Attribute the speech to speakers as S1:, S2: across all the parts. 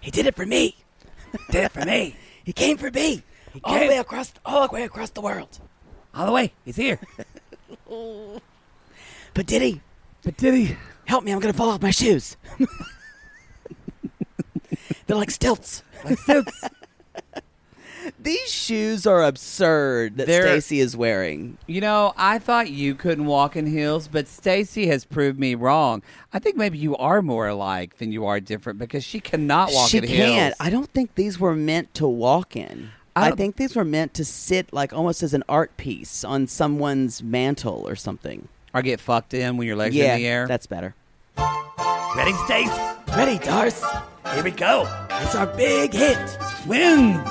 S1: He did it for me. Did it for me. He came for me. all the way across, all the way across the world. All the way. He's here. but did he?
S2: But did he?
S1: Help me! I'm gonna fall off my shoes. They're like stilts.
S2: Like since
S3: These shoes are absurd that
S2: They're-
S3: Stacy is wearing.
S2: you know, I thought you couldn't walk in heels, but Stacy has proved me wrong. I think maybe you are more alike than you are different because she cannot walk
S3: she
S2: in
S3: can't.
S2: heels.
S3: I don't think these were meant to walk in.
S2: I
S3: I,
S2: don't-
S3: think these were meant to sit like almost as an art piece on someone's mantle or something.
S2: or get fucked in when your legs are
S3: yeah,
S2: in the air.
S3: that's better.
S1: Ready, Stace? Ready, Darce? Here we go. It's our big hit. Wins.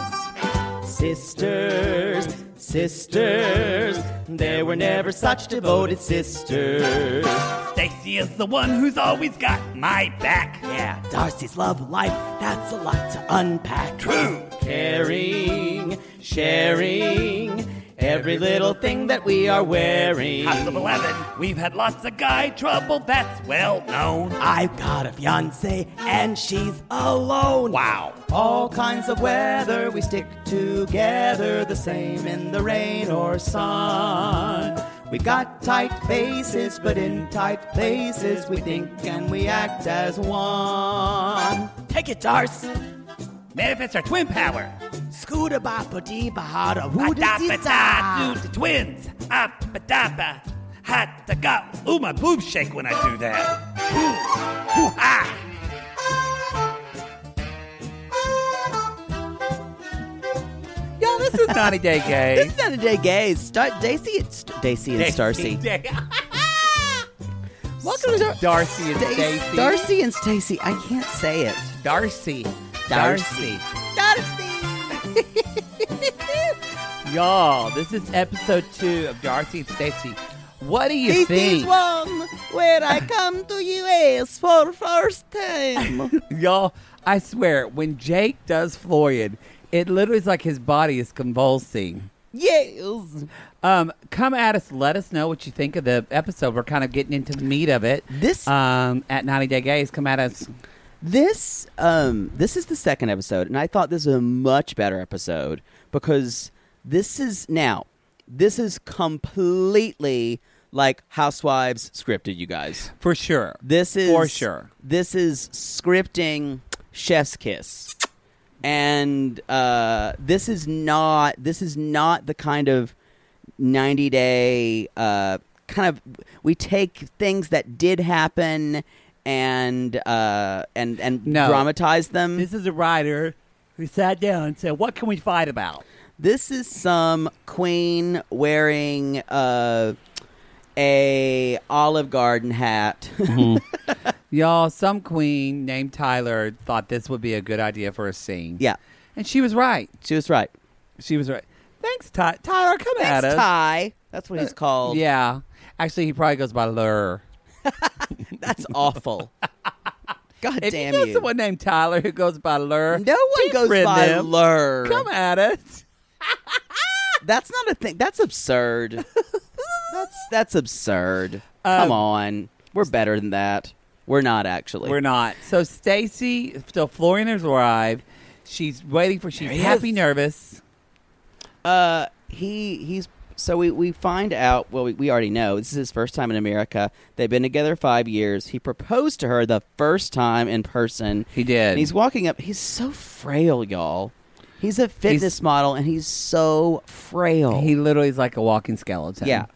S3: Sisters, sisters, there were never such devoted sisters.
S1: Stacy is the one who's always got my back. Yeah, Darcy's love life, that's a lot to unpack. True.
S3: Caring, sharing, every little thing that we are wearing.
S1: House of 11, we've had lots of guy trouble, that's well known. I've got a fiance and she's alone. Wow.
S3: All kinds of weather, we stick together, the same in the rain or sun. We got tight faces, but in tight places, we think and we act as one.
S1: Take it, Darce. Benefits are twin power.
S3: Scooter bopper dee bahada,
S1: Ba-da-ba-da, do the twins. Up-a-da-ba. Hot to go. Ooh, my boobs shake when I do that. Ooh, ooh, ah.
S2: Y'all, this is 90 Day Gay.
S3: This is not a day gay. Star- Daisy, and St- Daisy and Starcy. Welcome to Dar-
S2: Darcy and Stacy.
S3: Darcy and Stacy. I can't say it.
S2: Darcy.
S3: Darcy.
S2: Darcy. Y'all, this is episode two of Darcy and Stacy. What do you
S3: This
S2: think?
S3: is one where I come to US for first time.
S2: Y'all, I swear, when Jake does Floyd, it literally is like his body is convulsing.
S3: yes.
S2: Um, come at us. Let us know what you think of the episode. We're kind of getting into the meat of it.
S3: This-
S2: um, at 90 Day Gays, come at us.
S3: This um this is the second episode, and I thought this was a much better episode because this is now this is completely like Housewives scripted, you guys.
S2: For sure.
S3: This is
S2: For sure.
S3: This is scripting Chef's Kiss, and uh, this is not this is not the kind of ninety day uh, kind of. We take things that did happen and uh, and and
S2: No.
S3: dramatize them.
S2: This is a writer who sat down and said, What can we fight about?
S3: This is some queen wearing uh, a Olive Garden hat.
S2: Mm-hmm. Y'all, some queen named Tyler thought this would be a good idea for a scene.
S3: yeah,
S2: And she was right.
S3: she was right.
S2: She was right. Thanks, Ty- Tyler. Come at
S3: Thanks,
S2: us.
S3: Ty. That's what he's called.
S2: Yeah. Actually, he probably goes by Lur.
S3: That's awful. God
S2: If
S3: damn
S2: you know
S3: you.
S2: someone named Tyler who goes by Lur,
S3: no one goes
S2: befriend
S3: by
S2: them.
S3: Lur.
S2: Come at us.
S3: That's not a thing. That's absurd. that's that's absurd.
S2: Um,
S3: Come on. We're better than that. We're not actually.
S2: We're not. So Stacy, so Florian has arrived. She's waiting for. She's
S3: he
S2: happy,
S3: is.
S2: nervous.
S3: Uh, he he's So we, we find out, well, we, we already know this is his first time in America. They've been together five years. He proposed to her the first time in person.
S2: He did.
S3: And he's walking up. He's so frail, y'all. He's a fitness model and he's so frail.
S2: He literally is like a walking skeleton.
S3: yeah.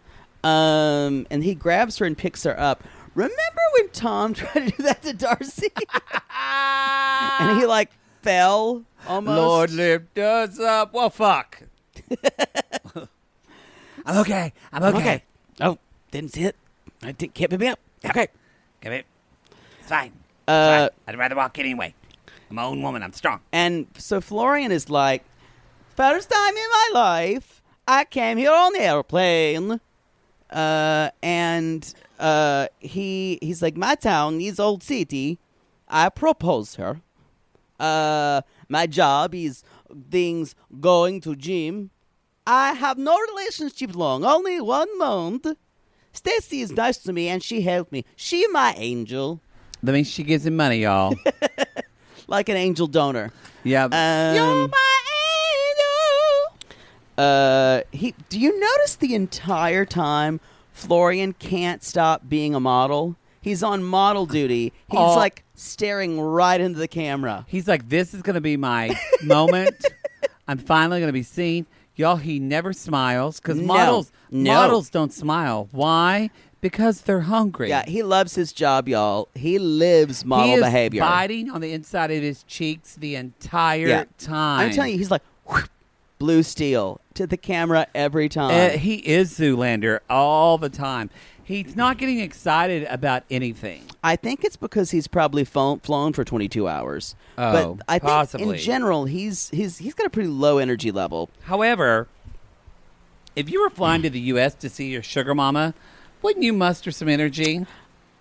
S3: Um, and he grabs her and picks her up. Remember when Tom tried to do that to Darcy? and he like fell almost.
S2: Lord lift us up. Well, fuck. I'm okay. I'm okay.
S3: Okay. Oh, didn't see it. I did, can't pick me up. Okay.
S1: Come here. It's fine.
S3: Uh,
S1: it's fine. I'd rather walk anyway. I'm my own woman. I'm strong.
S3: And so Florian is like, first time in my life, I came here on the airplane. Uh, and uh, he he's like, my town is old city. I propose her. Uh, my job is things going to gym. I have no relationship long, only one month. Stacy is nice to me and she helped me. She my angel,
S2: That means she gives him money, y'all.
S3: like an angel donor.
S2: yeah.
S3: Um, Uh, he. Do you notice the entire time Florian can't stop being a model? He's on model duty. He's
S2: Oh.
S3: like staring right into the camera.
S2: He's like, this is going to be my moment. I'm finally going to be seen. Y'all, he never smiles because
S3: No.
S2: models
S3: No.
S2: models don't smile. Why? Because they're hungry.
S3: Yeah, he loves his job, y'all. He lives model
S2: he is
S3: behavior.
S2: biting on the inside of his cheeks the entire
S3: Yeah.
S2: time.
S3: I'm telling you, he's like whoop, blue steel to the camera every
S2: Uh,
S3: time.
S2: he is Zoolander all the time. He's not getting excited about anything.
S3: I think it's because he's probably flown, flown for 22 hours.
S2: Oh,
S3: but I think
S2: possibly.
S3: in general he's he's he's got a pretty low energy level.
S2: However, if you were flying to the U.S. to see your sugar mama, wouldn't you muster some energy?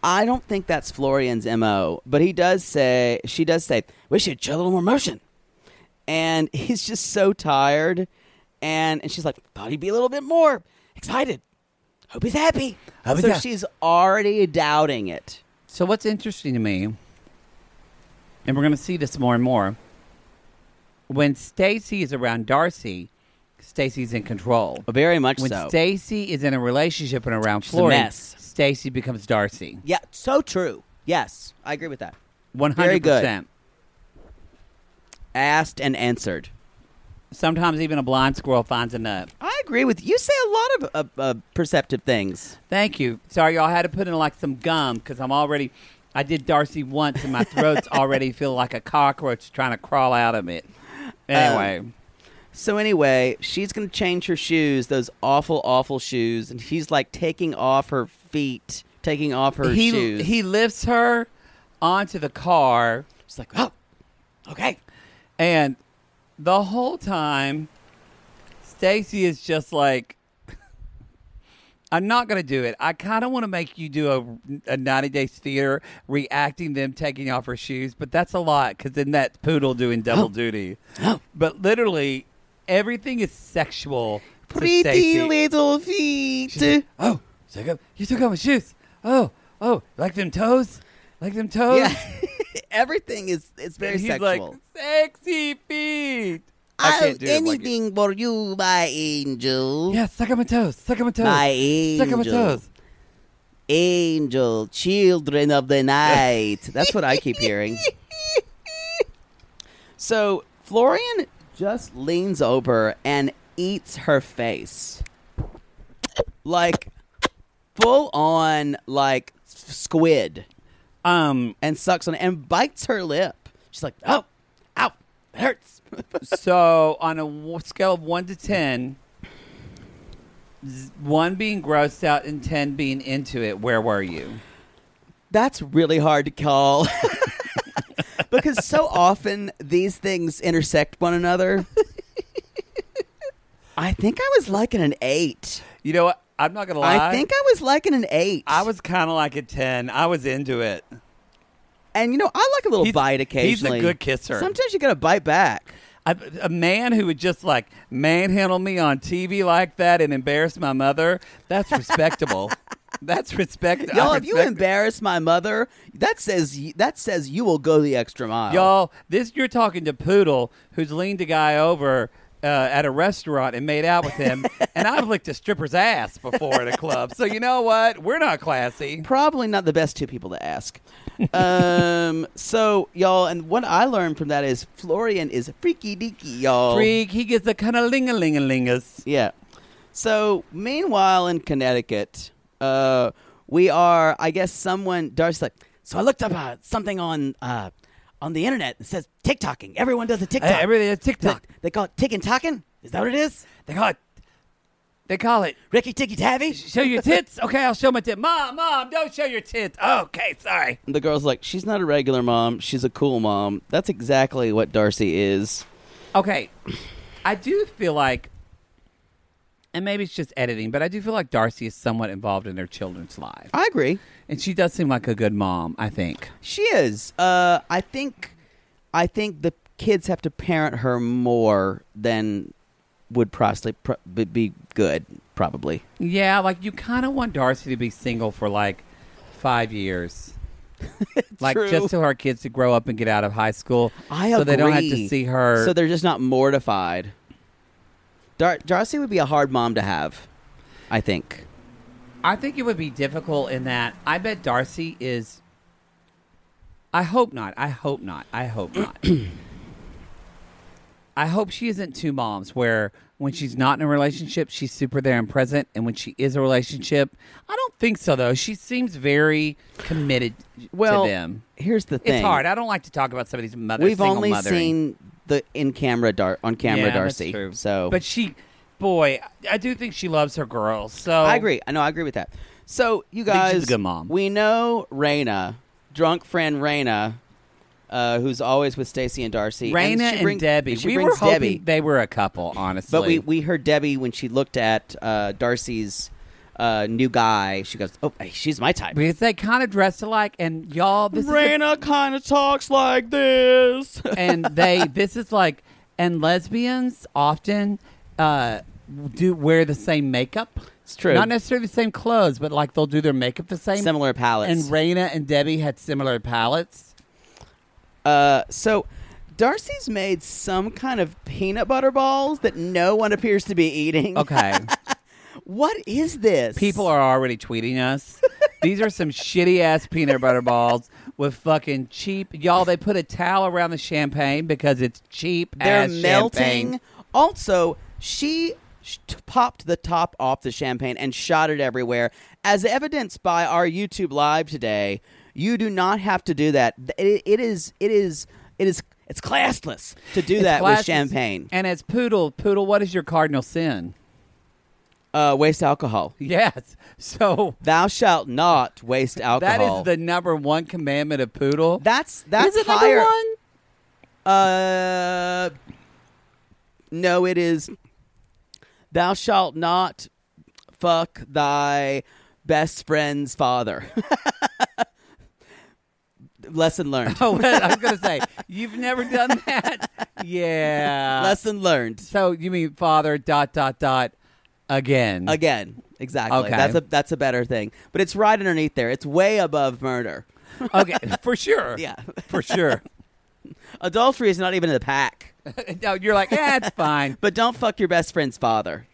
S3: I don't think that's Florian's MO, but he does say, she does say, we should show a little more motion. And he's just so tired. And, and she's like, thought he'd be a little bit more excited. Hope he's happy.
S2: Hope he's
S3: so
S2: happy.
S3: she's already doubting it.
S2: So, what's interesting to me, and we're going to see this more and more, when Stacy is around Darcy, Stacy's in control.
S3: Very much
S2: When
S3: so.
S2: Stacy is in a relationship and around
S3: She's a
S2: Florian,
S3: mess.
S2: Stacy becomes Darcy.
S3: yeah, so true. Yes, I agree with that.
S2: One
S3: Very
S2: hundred
S3: good.
S2: percent.
S3: Asked and answered.
S2: Sometimes even a blind squirrel finds a nut.
S3: I agree with you. say a lot of uh, uh, perceptive things.
S2: Thank you. Sorry, y'all I had to put in like some gum because I'm already. I did Darcy once, and my throat's already feel like a cockroach trying to crawl out of it.
S3: Um,
S2: Anyway,
S3: So anyway, she's gonna change her shoes, those awful, awful shoes, and he's like taking off her feet, taking off her
S2: he
S3: shoes.
S2: he lifts her onto the car,
S3: she's like, oh, okay.
S2: and the whole time, Stacy is just like, "I'm not gonna do it. I kind of want to make you do a, a 90 Days Theater reacting them taking off her shoes, but that's a lot because then that's poodle doing double
S3: Oh.
S2: duty. But literally, everything is sexual. to
S3: Pretty
S2: Stacey.
S3: little feet.
S2: Oh, took up, you took off my shoes. Oh, oh, like them toes, like them toes.
S3: yeah, everything is it's very
S2: And he's
S3: sexual.
S2: like sexy feet. I
S3: I'll
S2: can't do it like it.
S3: for you, my angel.
S2: Yeah, suck on my toes. Suck on my toes.
S3: My
S2: Suck on my
S3: angel.
S2: toes.
S3: Angel, children of the night. That's what I keep hearing. So Florian just leans over and eats her face. Like full on like squid
S2: Um.
S3: and sucks on it and bites her lip. She's like, "Oh, ow, it hurts."
S2: So on a w- scale of one to ten, z- one being grossed out and ten being into it, where were you?
S3: That's really hard to call. because so often these things intersect one another. I think I was like in an eight.
S2: You know what? I'm not gonna lie.
S3: I think I was like in an eight.
S2: I was kind of like a ten. I was into it.
S3: and you know, I like a little
S2: He's- he's
S3: bite
S2: a
S3: occasionally.
S2: good kisser.
S3: Sometimes you gotta bite back.
S2: I, a man who would just like manhandle me on TV like that and embarrass my mother. That's respectable. that's respect. I
S3: Y'all, if you
S2: respect-
S3: embarrass my mother, that says y- that says you will go the extra mile.
S2: Y'all, this you're talking to Poodle, who's leaned a guy over uh, at a restaurant and made out with him, and I've licked a stripper's ass before at a club. So you know what? We're not classy.
S3: Probably not the best two people to ask. um, so y'all, and what I learned from that is Florian is freaky deaky, y'all.
S2: Freak. He gets a kind of ling a ling a lingus.
S3: Yeah. So meanwhile, in Connecticut, uh, we are, I guess, someone. Darcy's like, so I looked up uh, something on uh, on the internet. It says TikToking. Everyone does a TikTok.
S2: Everything is
S3: They,
S2: TikTok.
S3: they call it tick and tocking. Is that what it is?
S2: uh, They call it. They call it.
S3: Ricky Ticky Tavi.
S2: Show your tits. Okay, I'll show my tit. Mom, mom, don't show your tits. Okay, sorry.
S3: And the girl's like, she's not a regular mom. She's a cool mom. That's exactly what Darcy is.
S2: Okay. I do feel like, and maybe it's just editing, but I do feel like Darcy is somewhat involved in her children's lives.
S3: I agree.
S2: And she does seem like a good mom, I think.
S3: She is. Uh, I think. I think the kids have to parent her more than would Presley pro- be- be good. Probably.
S2: Yeah, like you kind of want Darcy to be single for like five years. like
S3: True.
S2: just till her kids to grow up and get out of high school,
S3: I
S2: so
S3: agree.
S2: they don't have to see her.
S3: So they're just not mortified. Dar- Darcy would be a hard mom to have. I think.
S2: I think it would be difficult in that I bet Darcy is. I hope not. I hope not. I hope not. I hope she isn't two moms where when she's not in a relationship, she's super there and present. And when she is a relationship, I don't think so, though. She seems very committed
S3: Well,
S2: to them.
S3: here's the thing.
S2: It's hard. I don't like to talk about somebody's mother.
S3: We've
S2: single
S3: only
S2: mothering.
S3: seen the in camera dar- on camera
S2: Yeah, that's
S3: Darcy.
S2: true.
S3: So,
S2: But she, boy, I do think she loves her girls. So
S3: I agree. I know. I agree with that. So you
S2: I think
S3: guys,
S2: she's a good Oh. mom.
S3: We know Raina, drunk friend Raina, uh, who's always with Stacy and Darcy.
S2: Raina and,
S3: she bring-
S2: Debbie.
S3: and she
S2: we were
S3: brings
S2: hoping
S3: Debbie.
S2: they were a couple, honestly.
S3: But we, we heard Debbie when she looked at uh, Darcy's uh, new guy. She goes, "Oh, hey, she's my type."
S2: because they kind of dressed alike, and y'all, this is
S3: kind of talks like this.
S2: the- and they this is like, and lesbians often uh, do wear the same makeup.
S3: It's true.
S2: Not necessarily the same clothes, but like they'll do their makeup the same.
S3: Similar palettes.
S2: And Raina and Debbie had similar palettes.
S3: uh, so Darcy's made some kind of peanut butter balls that no one appears to be eating.
S2: Okay,
S3: What is this?
S2: people are already tweeting us. These are some shitty ass peanut butter balls with fucking cheap y'all. They put a towel around the champagne because it's cheap.
S3: they're
S2: ass
S3: melting.
S2: champagne.
S3: Also, she sh- t- popped the top off the champagne and shot it everywhere, as evidenced by our YouTube live today. You do not have to do that. Th- It, it is. It is. It is. It's classless to do
S2: It's
S3: that
S2: glasses.
S3: with champagne.
S2: And as poodle, poodle, what is your cardinal sin?
S3: Uh, waste alcohol.
S2: Yes. So
S3: Thou shalt not waste
S2: that
S3: alcohol.
S2: is the number one commandment of poodle.
S3: That's that's
S2: is it
S3: higher.
S2: number one?
S3: Uh, no, it is. Thou shalt not fuck thy best friend's father. Lesson learned.
S2: Oh, well, I was gonna say you've never done that. Yeah.
S3: Lesson learned.
S2: so you mean father dot dot dot again?
S3: Again, exactly.
S2: Okay.
S3: That's a that's a better thing. But it's right underneath there. It's way above murder.
S2: Okay, for sure.
S3: Yeah.
S2: for sure.
S3: Adultery is not even in the pack.
S2: no, you're like, yeah, it's fine.
S3: But don't fuck your best friend's father.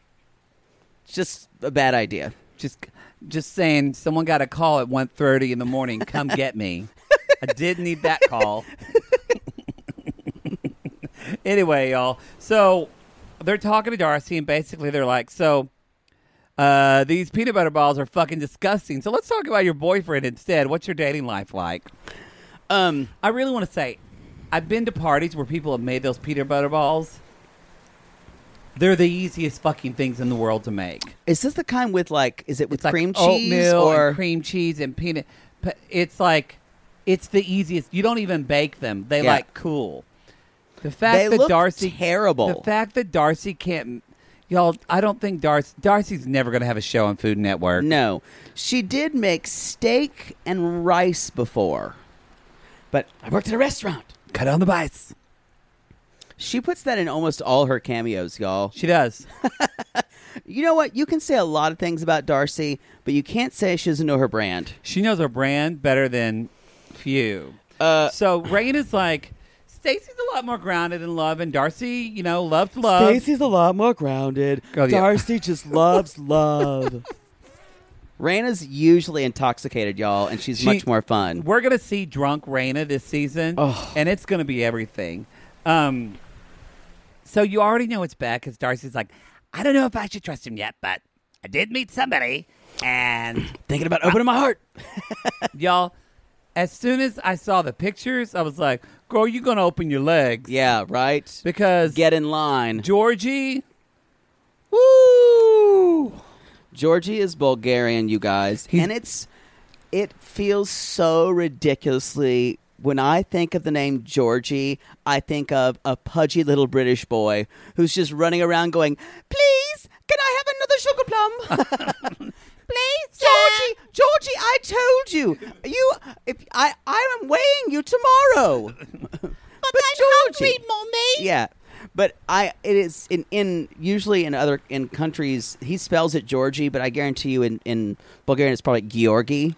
S3: It's just a bad idea.
S2: Just, just saying. Someone got a call at 1.30 in the morning. Come get me. I did need that call. anyway, y'all. So they're talking to Darcy, and basically they're like, so. Uh, these peanut butter balls are fucking disgusting. So let's talk about your boyfriend instead. What's your dating life like?
S3: Um,
S2: I really want to say, I've been to parties where people have made those peanut butter balls. They're the easiest fucking things in the world to make.
S3: is this the kind with like? Is it with
S2: It's like
S3: cream cheese
S2: oatmeal
S3: or
S2: and cream cheese and peanut. pe- It's like it's the easiest. You don't even bake them. They
S3: Yeah.
S2: like cool. The fact
S3: They
S2: that
S3: look
S2: Darcy
S3: terrible.
S2: The fact that Darcy can't. Y'all, I don't think Darcy. Darcy's never going to have a show on Food Network.
S3: No. She did make steak and rice before. But I worked at a restaurant.
S2: Cut on the bites.
S3: She puts that in almost all her cameos, y'all.
S2: She does.
S3: You know what? You can say a lot of things about Darcy, but you can't say she doesn't know her brand.
S2: She knows her brand better than few.
S3: Uh,
S2: so Rain is like, Stacy's a lot more grounded in love, and Darcy, you know, loved love.
S3: Stacy's a lot more grounded.
S2: uh, Oh, yeah.
S3: Darcy just loves love. Raina's usually intoxicated, y'all, and she's
S2: She-
S3: much more fun.
S2: We're gonna see drunk Raina this season,
S3: Ugh.
S2: and it's gonna be everything. Um, so you already know it's bad because Darcy's like, I don't know if I should trust him yet, but I did meet somebody, and
S3: Thinking about opening my heart.
S2: y'all, as soon as I saw the pictures, I was like, girl, you gonna open your legs
S3: Yeah, right.
S2: because
S3: Get in line.
S2: Georgie, woo,
S3: Georgie is Bulgarian, you guys, and it's it feels so ridiculously. When I think of the name Georgie, I think of a pudgy little British boy who's just running around going, "Please, can I have another sugar plum?" Please, Georgie, Georgie, I told you, you, if I, I am weighing you tomorrow. but I'm Georgie, mommy. Yeah, but I, it is in, in usually in other in countries he spells it Georgie, but I guarantee you in in Bulgarian it's probably Georgi.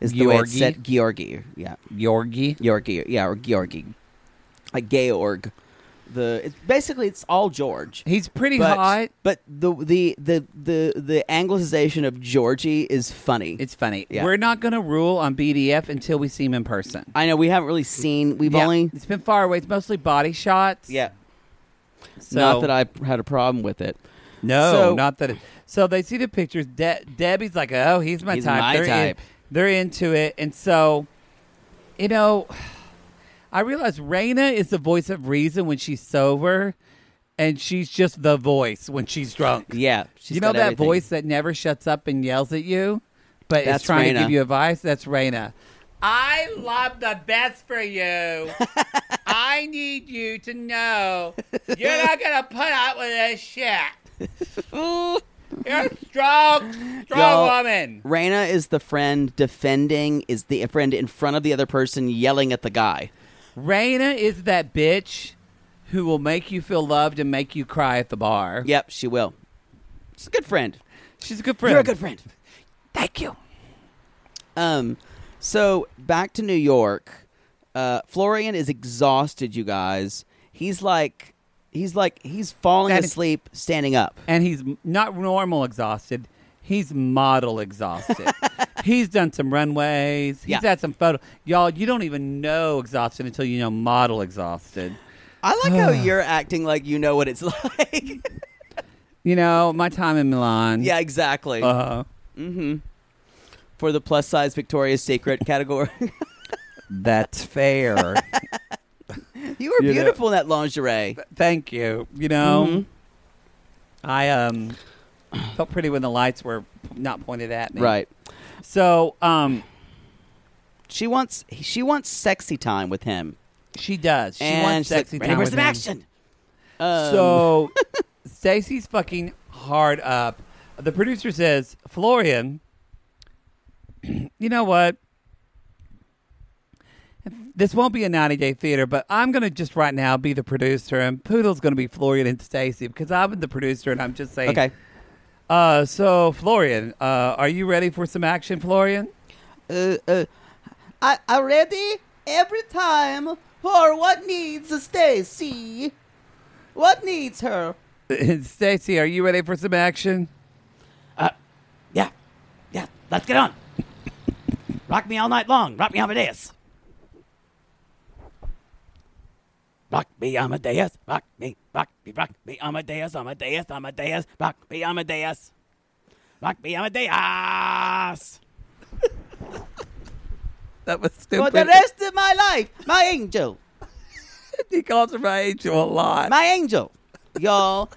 S3: Is the way it's
S2: Georgi?
S3: said Georgi? Yeah,
S2: Georgie.
S3: Georgi. Yeah, or Georgi, like Georg. The it's basically it's all George.
S2: He's pretty
S3: But,
S2: hot.
S3: but the, the the the the anglicization of Georgie is funny.
S2: It's funny.
S3: Yeah.
S2: We're not gonna rule on BDF until we see him in person.
S3: I know we haven't really seen. We've
S2: Yeah,
S3: only
S2: it's been far away. It's mostly body shots.
S3: yeah.
S2: So,
S3: Not that I had a problem with it.
S2: No,
S3: So-
S2: not that. It, so they see the pictures. De- Debbie's like, "Oh, he's my
S3: He's
S2: type."
S3: my
S2: they're
S3: type.
S2: In, they're into it, and so, you know, I realize Raina is the voice of reason when she's sober, and she's just the voice when she's drunk.
S3: Yeah, she's
S2: you know
S3: got
S2: that
S3: everything.
S2: voice that never shuts up and yells at you, but
S3: That's
S2: it's trying
S3: Raina.
S2: to give you advice. That's Raina. I love the best for you. I need you to know you're not gonna put up with this shit. You're a strong, strong
S3: Y'all-
S2: woman.
S3: Raina is the friend defending. Is the friend in front of the other person yelling at the guy?
S2: Raina is that bitch who will make you feel loved and make you cry at the bar.
S3: Yep, she will. She's a good friend.
S2: She's a good friend.
S3: You're a good friend.
S2: Thank you.
S3: Um, so back to New York. Uh, Florian is exhausted. You guys. He's like, he's like, he's falling
S2: That is-
S3: asleep, standing up.
S2: and he's m- not normal exhausted. He's model exhausted. he's done some runways. He's
S3: Yeah.
S2: had some photo. Y'all, you don't even know exhausted until you know model exhausted.
S3: I like how you're acting like you know what it's like.
S2: You know, my time in Milan.
S3: yeah, exactly.
S2: Uh,
S3: For the plus size Victoria's Secret category,
S2: that's fair.
S3: you were
S2: You know-
S3: beautiful in that lingerie.
S2: Thank you. You know,
S3: Mm-hmm.
S2: I um felt pretty when the lights were p- not pointed at me.
S3: Right.
S2: So, um,
S3: She wants she wants sexy time with him.
S2: she does. She
S3: and
S2: wants
S3: she's like,
S2: sexy
S3: "Ready
S2: time
S3: for
S2: with
S3: some
S2: him.
S3: action. Um,
S2: So Stacy's fucking hard up. The producer says, Florian, you know what? This won't be a 90 day theater, but I'm going to just right now be the producer, and Poodle's going to be Florian and Stacy because I'm the producer, and I'm just saying,
S3: Um, okay.
S2: Uh, so, Florian, uh, are you ready for some action, Florian?
S3: Uh, uh, I I ready every time for what needs Stacy. What needs her?
S2: Stacy, are you ready for some action?
S4: Yeah. Yeah. Let's get on. Rock me all night long. Rock me Amadeus. Rock me Amadeus. Rock me. Rock me. Rock me Amadeus. Amadeus. Amadeus. Rock me Amadeus. Rock me Amadeus.
S2: That was
S3: For
S2: stupid.
S3: the rest of my life, my angel,
S2: he calls her my angel a lot.
S3: my angel, y'all.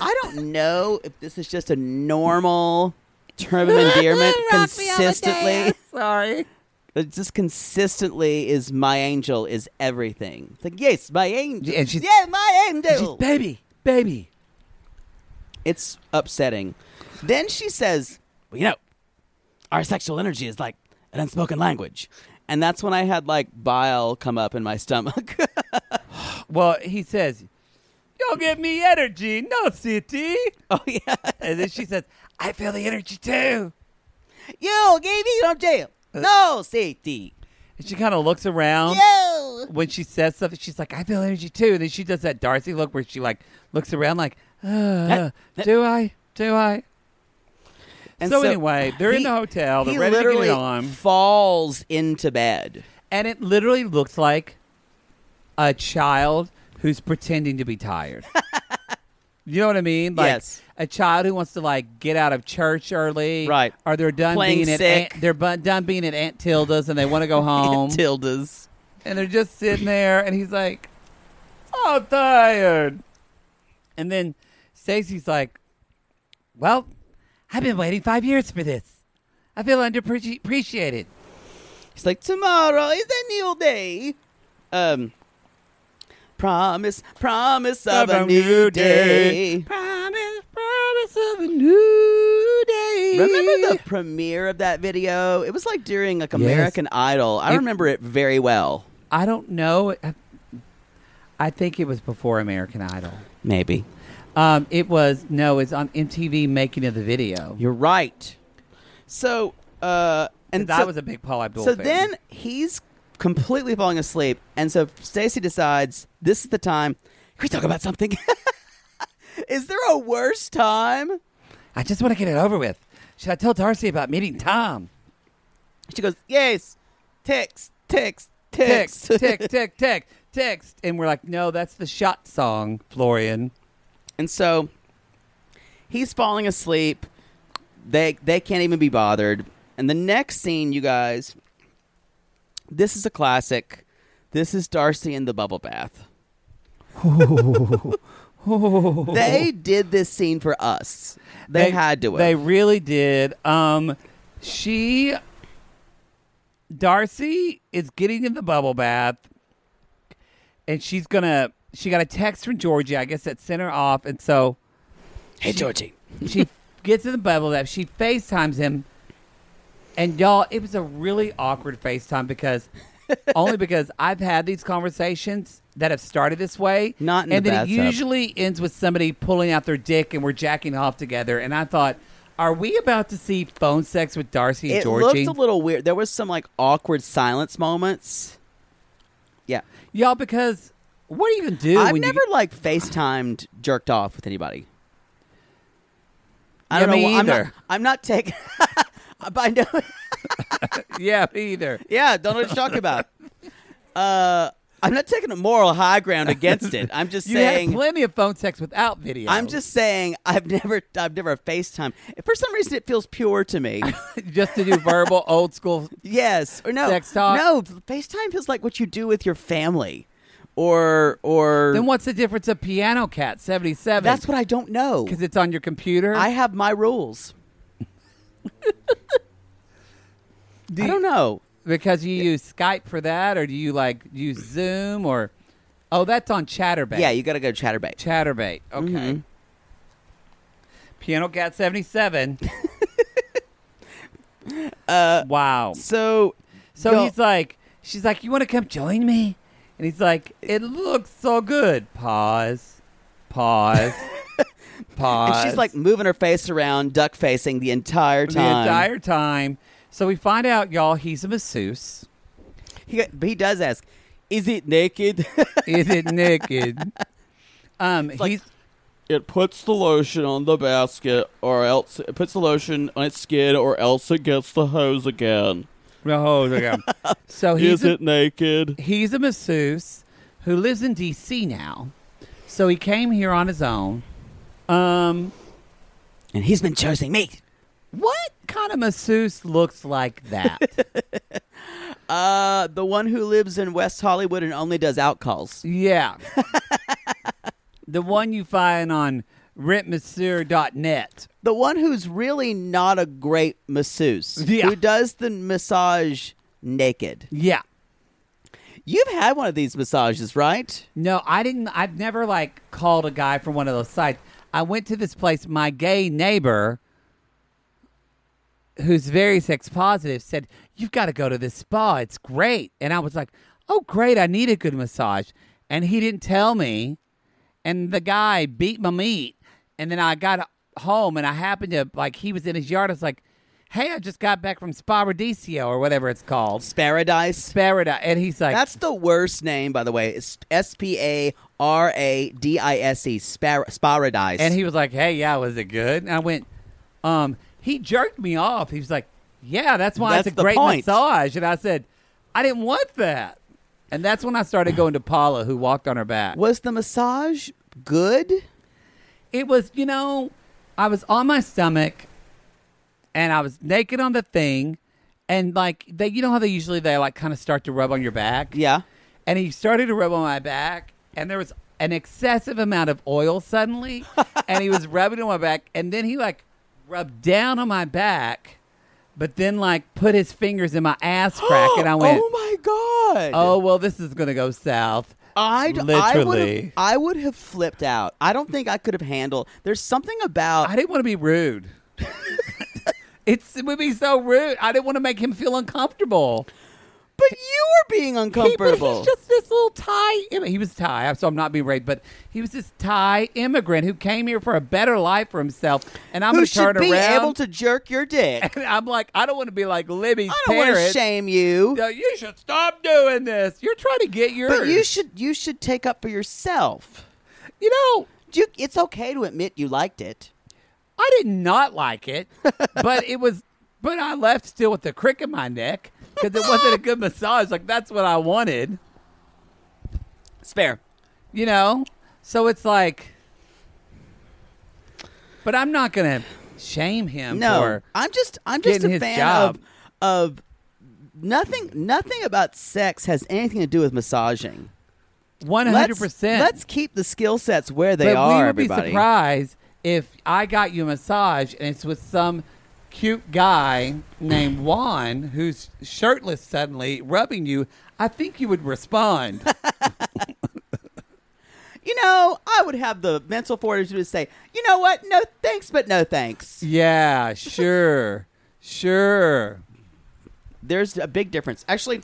S3: I don't know if this is just a normal term of endearment consistently.
S2: Sorry.
S3: It just consistently is my angel is everything. It's like yes, my angel.
S2: Yeah, and she's-
S3: yeah, my angel.
S2: baby, baby.
S3: it's upsetting. Then she says,
S4: Well, you know, our sexual energy is like an unspoken language.
S3: and that's when I had like bile come up in my stomach.
S2: Well, he says, "Y'all give me energy, no city."
S3: oh yeah,
S2: And then she says, "I feel the energy too." Uh,
S3: you gave me no jail, no safety.
S2: And she kind of looks around.
S3: You
S2: when she says something, she's like, I feel energy too. And then she does that Darcy look where she like looks around like, uh,
S4: that-
S2: do I? Do I?
S3: And
S2: so, anyway, they're in
S3: he-
S2: the hotel. They're
S3: he
S2: ready to get
S3: literally
S2: it on.
S3: falls into bed.
S2: And it literally looks like a child who's pretending to be tired. you know what I mean? Like
S3: Yes.
S2: a child who wants to like get out of church early.
S3: Right.
S2: Or they're done
S3: Playing
S2: being
S3: sick.
S2: at Aunt, they're bu- done being at Aunt Tilda's and they want to go home.
S3: Tilda's.
S2: and they're just sitting there and he's like, I'm tired. And then Stacy's like, Well, I've been waiting five years for this. I feel underappreciated.
S3: He's like, tomorrow is a new day. Um, promise, promise of, a, new, day.
S2: Promise, promise of a new day.
S3: Remember the premiere of that video? It was like during like American Idol. I
S2: It-
S3: remember it very well.
S2: I don't know. I, I think it was before American Idol.
S3: Maybe
S2: Um, it was no, it's on MTV making of the video.
S3: you're right. So, uh, and
S2: that
S3: so-
S2: was a big Paul Abdul.
S3: So
S2: fan.
S3: then he's completely falling asleep, and so Stacy decides this is the time. Can we talk about something? is there a worse time?
S2: I just want to get it over with. Should I tell Darcy about meeting Tom?
S3: She goes, yes, text, text, text,
S2: Text, text, text, text, text, and we're like, no, that's the shot song, Florian.
S3: And so he's falling asleep. They they can't even be bothered. And the next scene, you guys, this is a classic. This is Darcy in the bubble bath. they did this scene for us. They, had to. have.
S2: They really did. Um, she, Darcy, is getting in the bubble bath, and she's gonna. She got a text from Georgie. I guess that sent her off, and so
S4: Hey, Georgie.
S2: she gets in the bubble bath. She FaceTimes him, and y'all, it was a really awkward FaceTime because only because I've had these conversations that have started this way.
S3: Not in the
S2: and then it
S3: bathtub.
S2: usually ends with somebody pulling out their dick and we're jacking off together. And I thought, are we about to see phone sex with Darcy and
S3: it
S2: Georgie?
S3: looked a little weird. There was some like awkward silence moments. Yeah,
S2: y'all, because what do you even do?
S3: I've
S2: when
S3: never
S2: You,
S3: like FaceTimed jerked off with anybody. I
S2: Yeah,
S3: don't know.
S2: me
S3: why- I'm not-
S2: either.
S3: I'm not taking. I know.
S2: yeah, me either.
S3: Yeah, don't know what you're talking about. Uh, I'm not taking a moral high ground against it. I'm just
S2: You had
S3: saying.
S2: plenty of phone sex without video.
S3: I'm just saying. I've never. I've never FaceTime. For some reason, it feels pure to me.
S2: just to do verbal old school
S3: yes or no.
S2: Sex talk.
S3: No, FaceTime feels like what you do with your family, or or.
S2: Then what's the difference of Piano Cat 77?
S3: That's what I don't know.
S2: Because it's on your computer.
S3: I have my rules.
S2: Do
S3: I
S2: you-
S3: don't know.
S2: Because you use Skype for that, or do you like use Zoom or. Oh, that's on Chatterbait.
S3: Yeah, you Mm-hmm. got to go to Chatterbait.
S2: Chatterbait. Okay. Piano Cat 77. uh, wow.
S3: So,
S2: So
S3: y'all-
S2: he's like, she's like, you want to come join me? And he's like, it looks so good. Pause. Pause. Pause.
S3: and she's like moving her face around, duck facing the entire
S2: the
S3: time.
S2: entire time. So we find out, y'all, he's a masseuse.
S3: He, got- but he does ask, "Is it naked?"
S2: Is it naked? Um,
S3: like-
S2: he's
S5: it puts the lotion on the basket or else it puts the lotion on its skin or else it gets the hose again.
S2: no, so he's
S5: Is
S2: a,
S5: it naked?
S2: he's a masseuse who lives in D.C. now. So he came here on his own. Um,
S3: and he's been choosing me.
S2: what kind of masseuse looks like that?
S3: Uh, the one who lives in West Hollywood and only does out calls.
S2: yeah, the one you find on rentmasseur.net.
S3: The one who's really not a great masseuse.
S2: Yeah.
S3: Who does the massage naked.
S2: Yeah.
S3: You've had one of these massages, right?
S2: No, I didn't. I've never like called a guy from one of those sites. I went to this place. My gay neighbor, who's very sex positive, said, "You've got to go to this spa. It's great." And I was like, "Oh, great! I need a good massage." And he didn't tell me. And the guy beat my meat. And then I got home, and I happened to like he was in his yard. I was like, "Hey, I just got back from Sparadisio or whatever it's called,
S4: Paradise.
S2: Sparada," and he's like,
S4: That's the worst name, by the way. It's S P A R A D I S E. Spar- Sparadise.
S2: and he was like, "Hey, yeah, was it good?" And I went, "Um, he jerked me off." He was like, "Yeah, that's why
S4: That's
S2: it's
S4: the
S2: a great
S4: point.
S2: massage," and I said, "I didn't want that." And that's when I started going to Paula, who walked on her back.
S4: was the massage good?
S2: it was you know i was on my stomach and i was naked on the thing and like they you know how they usually they like kind of start to rub on your back
S4: Yeah.
S2: and he started to rub on my back and there was an excessive amount of oil suddenly and he was rubbing on my back and then he like rubbed down on my back but then like put his fingers in my ass crack and i went
S4: oh my god.
S2: oh well this is gonna go south
S4: I'd, I would have,
S2: literally
S4: I would have flipped out. I don't think I could have handled. There's something about
S2: I didn't want to be rude. it's it would be so rude. I didn't want to make him feel uncomfortable.
S4: But you were
S2: He,
S4: being
S2: but
S4: uncomfortable.
S2: he's just this little Thai. im- He was Thai, so I'm not being rude. But he was this Thai immigrant who came here for a better life for himself. And I'm
S4: Who
S2: going to
S4: should
S2: turn
S4: be
S2: around.
S4: able to jerk your dick?
S2: and I'm like, I don't want to be like Libby's
S4: I don't want to
S2: parents.
S4: shame you,
S2: No, you should stop doing this. You're trying to get yours.
S4: but you should you should take up for yourself.
S2: You know,
S4: You, it's okay to admit you liked it.
S2: I did not like it, but it was. But I left still with the crick in my neck because it wasn't a good massage. Like that's what I wanted.
S4: Spare.
S2: you know so it's like but i'm not gonna shame him
S4: No,
S2: for
S4: I'm just I'm just
S2: getting
S4: a
S2: his
S4: fan
S2: job.
S4: of of nothing. Nothing about sex has anything to do with massaging.
S2: 100%
S4: Let's, let's keep the skill sets where they
S2: but
S4: are.
S2: we would
S4: everybody.
S2: be surprised if i got you a massage and it's with some cute guy named juan who's shirtless suddenly rubbing you i think you would respond
S4: you know, I would have the mental fortitude to say, you know what? No thanks, but no thanks.
S2: yeah sure sure
S4: There's a big difference. Actually,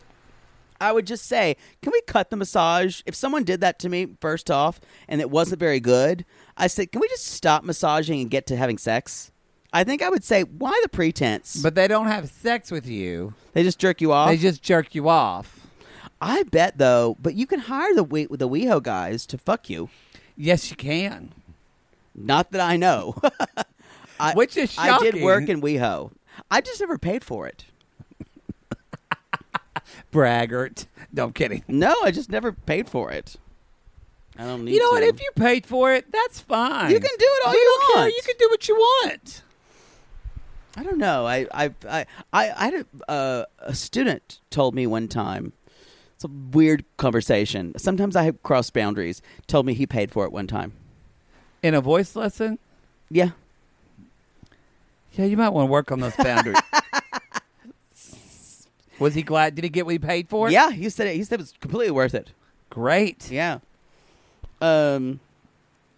S4: I would just say, can we cut the massage? If someone did that to me first off and it wasn't very good, I said, can we just stop massaging and get to having sex? I think I would say, why the pretense?
S2: but they don't have sex with you
S4: they just jerk you off.
S2: they just jerk you off
S4: I bet though, but you can hire the we- the WeHo guys to fuck you.
S2: yes you can
S4: Not that I know. I,
S2: Which is
S4: I did
S2: shocking.
S4: work in WeHo. I just never paid for it.
S2: braggart no i'm kidding
S4: No, I just never paid for it. I don't need
S2: You know what?
S4: to.
S2: If you paid for it, that's fine.
S4: You can do it all
S2: We
S4: you
S2: don't care.
S4: want.
S2: You can do what you want.
S4: I don't know. I I I I, I had a, uh, a student told me one time. It's a weird conversation. Sometimes I have cross boundaries. Told me he paid for it one time.
S2: In a voice lesson,
S4: Yeah.
S2: yeah, you might want to work on those boundaries. Was he glad? Did he get what he paid for?
S4: yeah, he said it. He said it was completely worth it.
S2: Great.
S4: Yeah. Um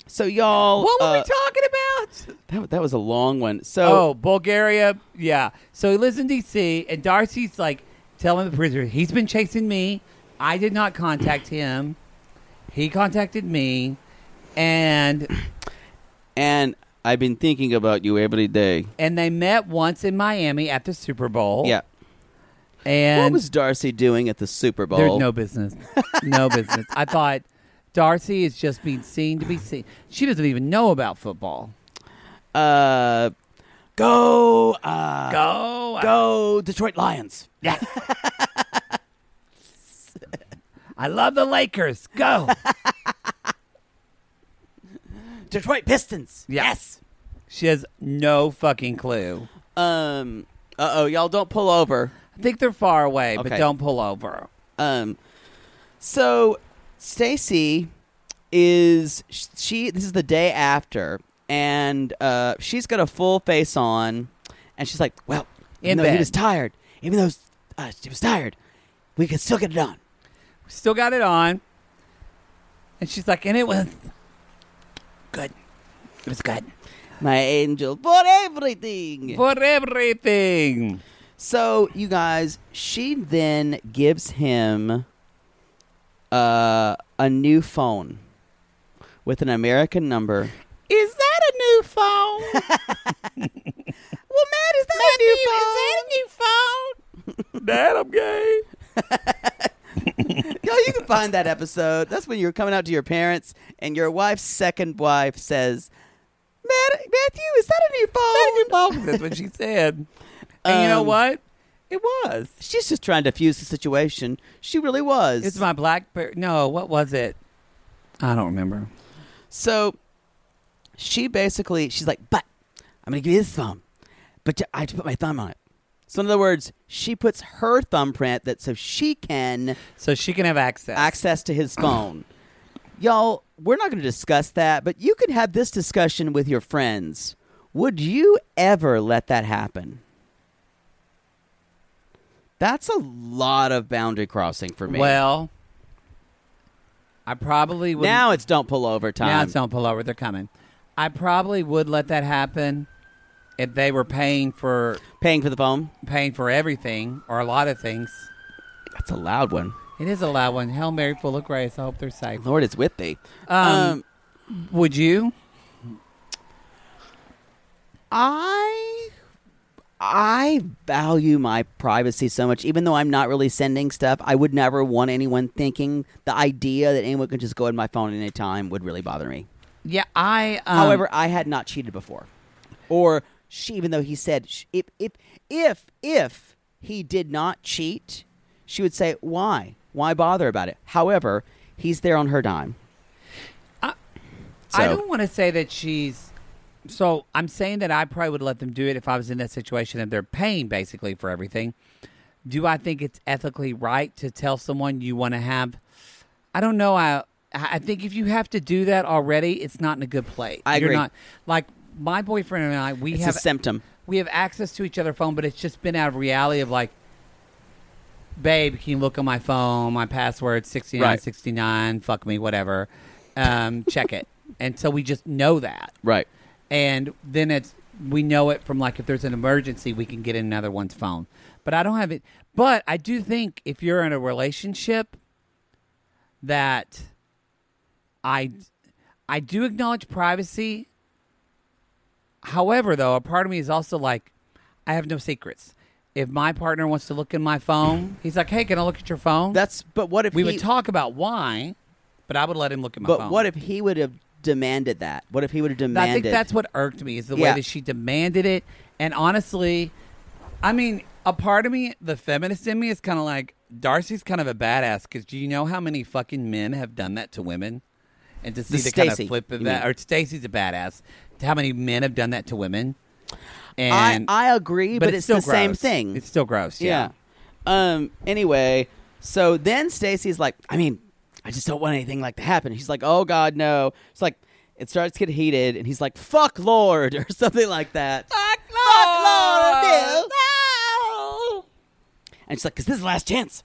S4: so y'all
S2: What were
S4: uh,
S2: we talking about?
S4: that, that was a long one. So
S2: Oh, Bulgaria. Yeah. So he lives in D.C., and Darcy's like telling the prisoner, he's been chasing me. I did not contact him. He contacted me. And
S4: and
S6: I've been thinking about you every day.
S2: and they met once in Miami at the Super Bowl.
S4: yeah.
S2: And
S4: what was Darcy doing at the Super Bowl?
S2: There's no business. No business. I thought Darcy is just being seen to be seen. She doesn't even know about football.
S4: uh go uh
S2: Go.
S4: go Detroit Lions.
S2: Yes. I love the Lakers. Go.
S4: Detroit Pistons.
S2: Yes. She has no fucking clue.
S4: Um. Uh oh, y'all don't pull over.
S2: I think they're far away, but
S4: Okay.
S2: don't pull over.
S4: Um. So, Stacy is she? This is the day after, and uh, she's got a full face on, and she's like, "Well,
S2: In
S4: even though he
S2: bed.
S4: was tired, even though uh, she was tired, we could still get it on."
S2: Still got it on. And she's like, and it was good. It was good.
S4: My angel for everything.
S2: For everything.
S4: So, you guys, she then gives him uh, a new phone with an American number.
S2: Is that a new phone?
S4: What Well, Matt, is that a new phone?
S2: Dad, I'm gay.
S4: Yo, you can find that episode. That's when you're coming out to your parents, and your wife's second wife says, Matt, Matthew, is that a new phone?
S2: That's what she said. And you know
S4: Um,
S2: what? It was.
S4: She's just trying to fuse the situation. She really was.
S2: It's my Blackberry. No, what was it? I don't remember.
S4: So she basically, she's like, but I'm going to give you this thumb, but I have to put my thumb on it. So, in other words, she puts her thumbprint that so she can
S2: So she can have access.
S4: access to his phone. Y'all, we're not going to discuss that, but you can have this discussion with your friends. Would you ever let that happen? That's a lot of boundary crossing for me.
S2: Well, I probably would.
S4: now it's don't pull over time.
S2: now it's don't pull over. They're coming. I probably would let that happen if they were paying for
S4: paying for the phone.
S2: paying for everything or a lot of things.
S4: That's a loud one.
S2: It is a loud one. Hail Mary, full of grace. I hope they're safe.
S4: Lord is with thee.
S2: Um, Would you?
S4: I I value my privacy so much, even though I'm not really sending stuff. I would never want anyone thinking the idea that anyone could just go in my phone at any time would really bother me.
S2: Yeah, I. Um,
S4: However, I had not cheated before, or she, even though he said sh- if if if if he did not cheat, she would say why why bother about it. However, he's there on her dime.
S2: I
S4: So-
S2: don't want to say that she's. So I'm saying that I probably would let them do it if I was in that situation and they're paying basically for everything. Do I think it's ethically right to tell someone you want to have? I don't know. I I think if you have to do that already, it's not in a good place.
S4: I
S2: You're
S4: agree.
S2: not like my boyfriend and I. We
S4: It's
S2: have
S4: a symptom.
S2: we have access to each other phone, but it's just been out of reality of like, babe, can you look on my phone? My password sixty nine
S3: Right.
S2: sixty nine. Fuck me, whatever. Um, check it, and so we just know that,
S3: Right.
S2: and then it's we know it from like if there's an emergency, we can get in another one's phone. But I don't have it. But I do think if you're in a relationship, that I I do acknowledge privacy. However, though, a part of me is also like, I have no secrets. If my partner wants to look in my phone, he's like, "Hey, can I look at your phone?"
S4: That's but what if
S2: we
S4: he,
S2: would talk about why, but I would let him look at my
S4: But
S2: phone.
S4: what if he would have demanded that? What if he would have demanded?
S2: I think that's what irked me is the way
S4: Yeah.
S2: that she demanded it. And honestly, I mean, a part of me, the feminist in me, is kind of like Darcy's kind of a badass because do you know how many fucking men have done that to women? And to see
S4: The
S2: the, kind of
S4: Stacey,
S2: flip of
S4: you
S2: that,
S4: mean.
S2: or Stacy's a badass. How many men have done that to women?
S4: I,
S2: And
S4: I agree, but, it's,
S2: still
S4: the same
S2: gross.
S4: thing.
S2: It's still gross. Yeah.
S4: Um. Anyway, so then Stacy's like, I mean, I just don't want anything like to happen. He's like, Oh God, no. It's like it starts to get heated, and he's like, Fuck Lord, or something like that. Fuck Lord, no. And she's like, Cause this is the last chance.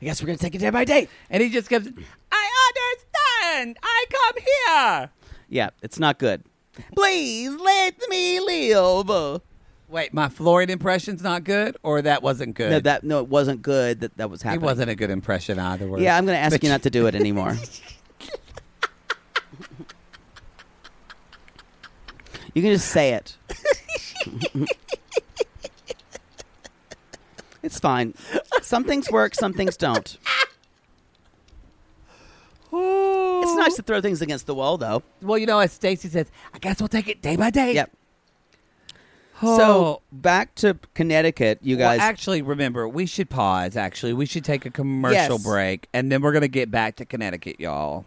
S4: I guess we're gonna take it day by day.
S2: And he just goes, I understand. I come here.
S4: Yeah, it's not good. Please let me live.
S2: Wait, my Floyd impression's not good, or that wasn't good.
S4: No, that no, it wasn't good that that was
S2: It
S4: happening.
S2: wasn't a good impression either. Way.
S4: Yeah, I'm going to ask
S2: But
S4: you not to do it anymore. you can just say it. it's fine. Some things work, some things don't. It's nice to throw things against the wall, though.
S2: Well, you know, as Stacy says, I guess we'll take it day by day.
S4: Yep.
S2: Oh.
S4: So back to Connecticut, you
S2: Well,
S4: guys.
S2: actually, remember, we should pause. Actually, we should take a commercial
S4: Yes.
S2: break, and then we're gonna get back to Connecticut, y'all.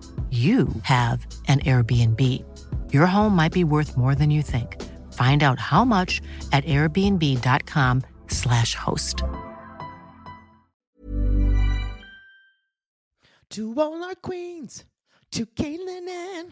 S7: you have an Airbnb. Your home might be worth more than you think. Find out how much at airbnb.com/slash host.
S8: To all our queens, to Caitlin and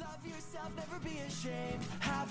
S9: Love yourself, never be ashamed. Have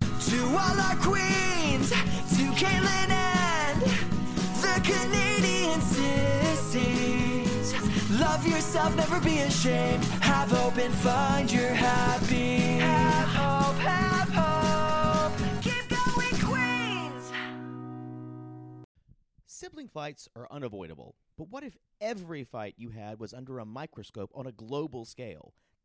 S9: To all our queens, to Caitlin and the Canadian sissies. Love yourself, never be ashamed. Have hope and find your happy. Have hope, have hope. Keep going, Queens.
S8: Sibling fights are unavoidable, but what if every fight you had was under a microscope on a global scale?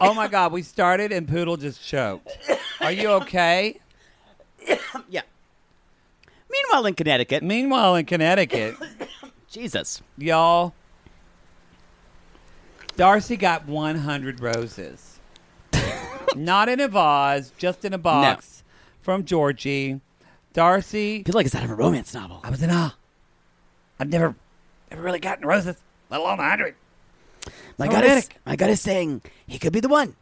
S2: Oh my god, we started and Poodle just choked. Are you okay?
S3: Yeah. Meanwhile, in Connecticut,
S2: Meanwhile in Connecticut,
S3: Jesus.
S2: y'all Darcy got 100 roses. Not in a vase, just in a box from Georgie. Darcy,
S3: I feel like it's out of a romance novel.
S2: I was in awe. I've never never really gotten roses, let alone 100.
S3: My
S2: So
S3: gut, is,
S2: romantic.
S3: my gut is saying he could be the one.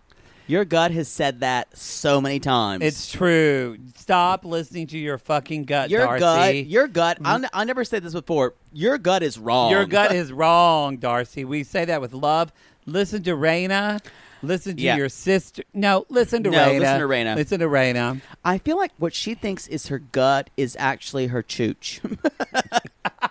S3: Your gut has said that so many times.
S2: It's true. Stop listening to your fucking gut,
S3: your
S2: Darcy.
S3: gut. Your gut.
S8: Mm-hmm.
S3: I'll, n- I'll never say this before. Your gut is wrong.
S2: Your gut is wrong, Darcy. We say that with love. Listen to Raina. Listen to
S3: Yeah.
S2: your sister. No, listen to
S3: No,
S2: Raina.
S3: listen to Raina.
S2: Listen to Raina.
S3: I feel like what she thinks is her gut is actually her chooch.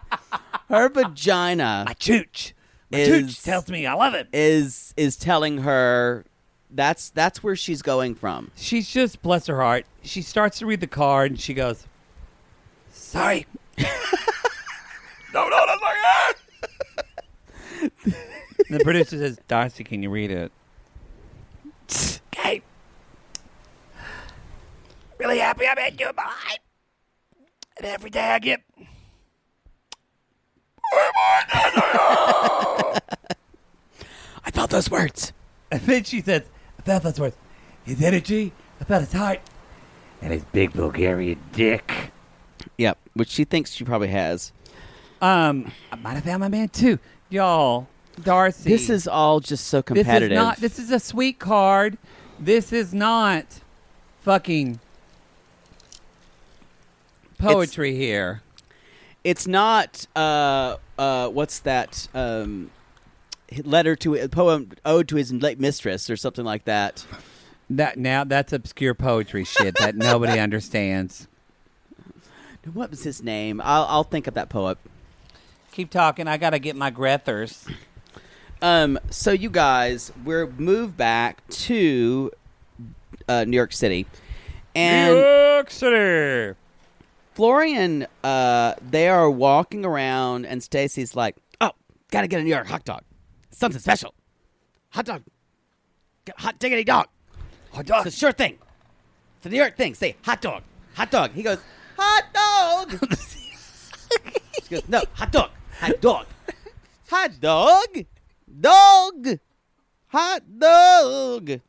S3: her vagina
S2: Chooch.
S3: is
S2: tells me I love it.
S3: is is telling her
S4: That's that's where she's going from.
S2: She's just bless her heart. She starts to read the card and she goes, "Sorry."
S10: No, no, no, no.
S2: And the producer says, "Darcy, can you read it?"
S11: Okay. Really happy I've had you in my life. And every day I get.
S4: I felt those words.
S2: And then she says, "I felt those words. His energy. I felt his heart."
S11: And his big Bulgarian dick.
S4: Yep, which she thinks she probably has.
S2: Um, I might have found my man too, y'all. Darcy,
S4: This is all just so
S2: this
S4: competitive.
S2: is not. This is a sweet card. This is not fucking poetry here.
S4: it's not uh uh what's that um letter to a poem ode to his late mistress or something like that.
S2: That now that's obscure poetry shit that nobody understands.
S4: What was his name? I'll I'll think of that poet.
S2: Keep talking. I gotta get my grethers.
S4: Um, so you guys, we're moved back to uh, New York City, and
S2: York City.
S4: Florian, uh, they are walking around, and Stacy's like, "Oh, gotta get a New York hot dog, something special, hot dog, Get hot diggity dog, hot dog, it's a sure thing, it's a New York thing. Say hot dog, hot dog." He goes, "Hot dog." she goes, "No, hot dog, hot dog, hot dog, dog, hot dog,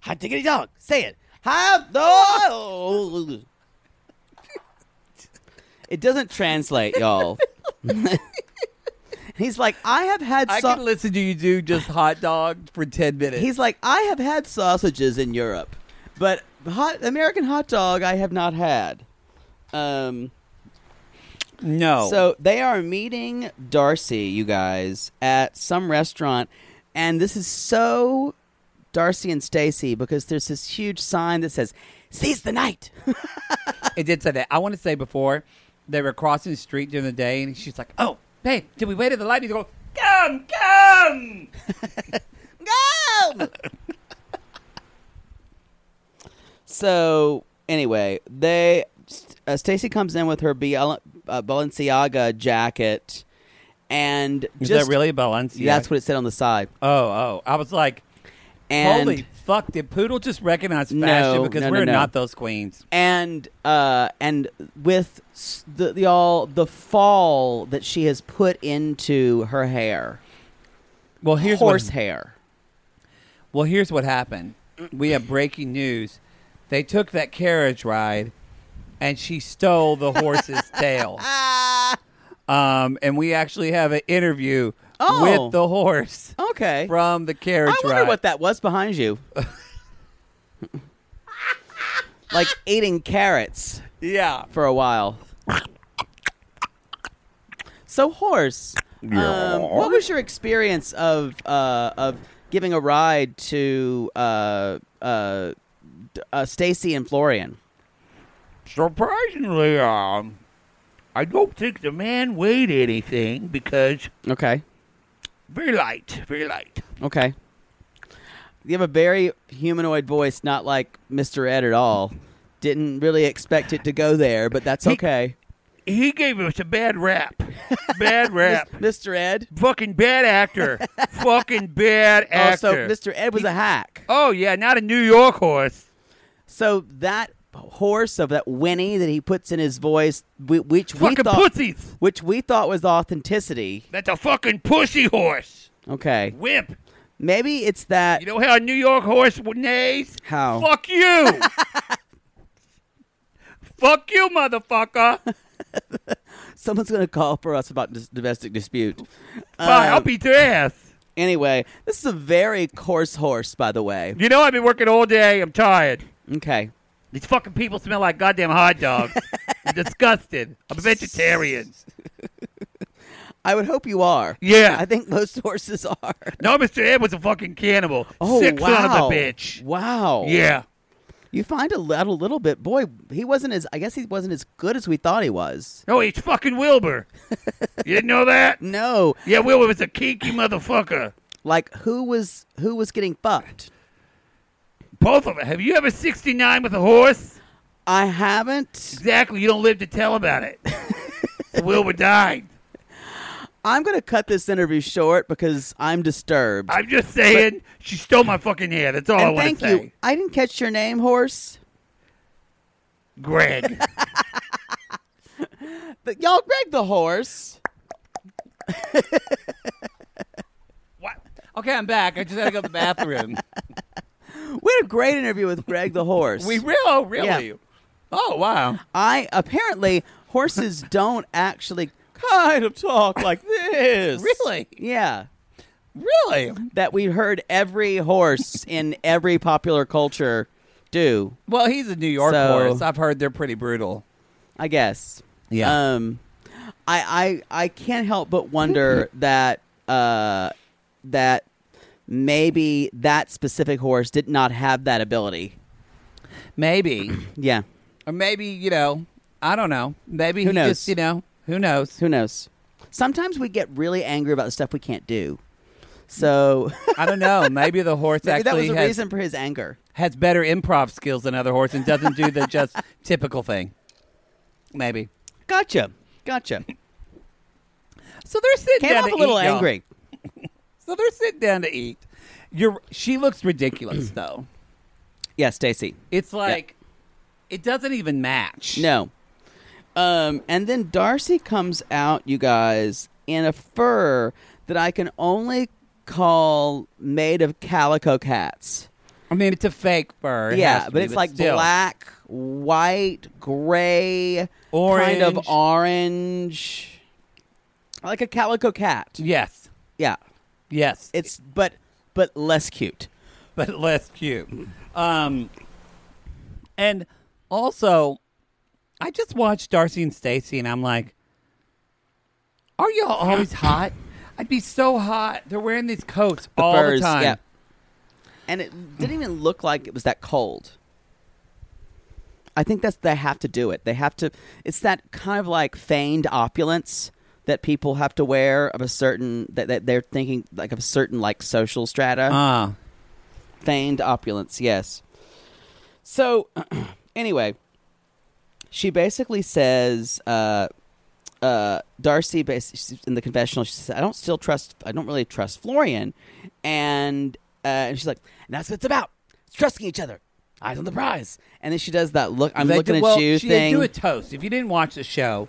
S4: hot diggity dog." Say it, hot dog. It doesn't translate, y'all. He's like, I have had.
S2: I
S4: sau-
S2: could listen to you do just hot dog for ten minutes.
S4: He's like, I have had sausages in Europe, but hot American hot dog I have not had. Um,
S2: no.
S4: so they are meeting Darcy, you guys, at some restaurant, and this is so Darcy and Stacy because there's this huge sign that says "Seize the night."
S2: It did say that. I want to say before they were crossing the street during the day, and she's like, "Oh, babe, did we wait at the light?" And go, "Come, come."
S4: Go! so anyway, they uh, Stacy comes in with her Bial- uh, Balenciaga jacket, and
S2: Is
S4: just
S2: that really a Balenciaga?
S4: that's what it said on the side.
S2: Oh, oh. I was like,
S4: And
S2: "Holy fuck!" Did Poodle just recognize fashion?
S4: No,
S2: because
S4: no, no,
S2: we're
S4: no.
S2: not those queens.
S4: and uh, and with s- the, the all the fall that she has put into her hair,
S2: Well, here's what-
S4: horse hair.
S2: Well, here's what happened. We have breaking news. They took that carriage ride, and she stole the horse's tail. Um, and we actually have an interview
S4: Oh.
S2: with the horse
S4: Okay,
S2: from the carriage
S4: I wonder
S2: ride.
S4: what that was behind you. like eating carrots
S2: yeah.
S4: for a while. So horse, um, what was your experience of uh, of giving a ride to uh, uh, d- uh, Stacy and Florian?
S12: Surprisingly, um, I don't think the man weighed anything because
S4: Okay,
S12: very light, very light.
S4: okay. You have a very humanoid voice, not like Mr. Ed at all. Didn't really expect it to go there, but that's
S12: He-
S4: okay.
S12: He gave us a bad rap, bad rap.
S4: Mr. Ed,
S12: Fucking bad actor, fucking bad
S2: Oh,
S4: Also,
S12: actor.
S4: Mr. Ed was a hack.
S12: Oh yeah, not a New York horse.
S4: So that horse of that whinny that he puts in his voice, whi- which we
S12: Fucking
S4: thought,
S12: pussies.
S4: which we thought was authenticity.
S12: That's a fucking pussy horse.
S4: Okay,
S12: Wimp.
S4: maybe it's that.
S12: You know how a New York horse neighs?
S4: How?
S12: Fuck you. Fuck you, motherfucker.
S4: Someone's going to call for us about dis- domestic dispute.
S12: Fuck, I'll
S4: Um,
S12: beat your ass.
S4: anyway, this is a very coarse horse, by the way.
S12: You know I've been working all day. I'm tired.
S4: Okay,
S12: These fucking people smell like goddamn hot dogs. I'm disgusted. I'm a vegetarian.
S4: I would hope you are.
S12: Yeah.
S4: I think most horses are.
S12: No, Mr. Ed was a fucking cannibal.
S4: Oh
S12: Sick
S4: wow!
S12: son of a bitch.
S4: Wow.
S12: Yeah.
S4: You find a little, little bit. Boy, he wasn't as. I guess he wasn't as good as we thought he was.
S12: No, he's fucking Wilbur. you didn't know that?
S4: No,
S12: Yeah, Wilbur was a kinky motherfucker.
S4: like who was who was getting fucked
S13: Both of it. Have you ever 69 with a horse?
S4: I haven't.
S13: Exactly. You don't live to tell about it. So Wilbur died.
S4: I'm going to cut this interview short because I'm disturbed.
S13: I'm just saying, she stole my fucking hair. That's all I
S4: and
S13: want
S4: thank
S13: to say.
S4: you. I didn't catch your name, horse.
S13: Greg.
S4: But y'all, Greg the horse.
S2: Okay, I'm back. I just had to go to the bathroom.
S4: We had a great interview with Greg the horse.
S2: we really, oh, really?
S4: Yeah.
S2: Oh, wow.
S4: I apparently horses don't actually kind of talk like this.
S2: Really?
S4: Yeah.
S2: Really?
S4: That we heard every horse in every popular culture do.
S2: Well, he's a New York
S4: So-
S2: horse. I've heard they're pretty brutal.
S4: I guess.
S2: Yeah.
S4: Um, I I I can't help but wonder that uh that maybe that specific horse did not have that ability.
S2: Maybe.
S4: Yeah.
S2: or maybe, you know, I don't know. Maybe
S4: Who
S2: he
S4: knows?
S2: just, you know, who knows?
S4: Who knows? Sometimes we get really angry about the stuff we can't do. So
S2: I don't know. Maybe the horse
S4: maybe that was
S2: actually
S4: the
S2: has,
S4: reason for his anger.
S2: has better improv skills than other horse and doesn't do the just typical thing. Maybe.
S4: Gotcha. Gotcha.
S2: So they're sitting
S4: Came
S2: down
S4: off
S2: to
S4: a little
S2: eat, y'all.
S4: angry.
S2: So they're sitting down to eat. You're. She looks ridiculous though.
S4: Yeah, Stacy.
S2: It's like it doesn't even match.
S4: No. Um, and then Darcy comes out, you guys, in a fur that I can only call made of calico cats.
S2: I mean it's a fake fur. It has
S4: yeah,
S2: to
S4: but
S2: be,
S4: it's like
S2: still.
S4: black, white, gray, kind
S2: Orange.
S4: of orange, like a calico cat.
S2: Yes,
S4: Yeah,
S2: yes,
S4: it's but but less cute.
S2: but less cute. Um, and also, I just watched Darcy and Stacy, and I'm like, are y'all always hot? I'd be so hot. They're wearing these coats all
S4: furs,
S2: the time.
S4: yeah. and it didn't even look like it was that cold. I think that's they have to do it. They have to. It's that kind of like feigned opulence that people have to wear of a certain that, that they're thinking like of a certain like social strata.
S2: Ah,
S4: feigned opulence, yes. So anyway, she basically says, uh, uh, Darcy, bas- she's in the confessional, she says, I don't still trust, I don't really trust Florian. And, uh, and she's like, and that's what it's about. It's trusting each other. Eyes on the prize. And then she does that look, I'm
S2: They
S4: looking
S2: do-
S4: at
S2: well,
S4: you
S2: she,
S4: thing.
S2: They do a toast. If you didn't watch the show,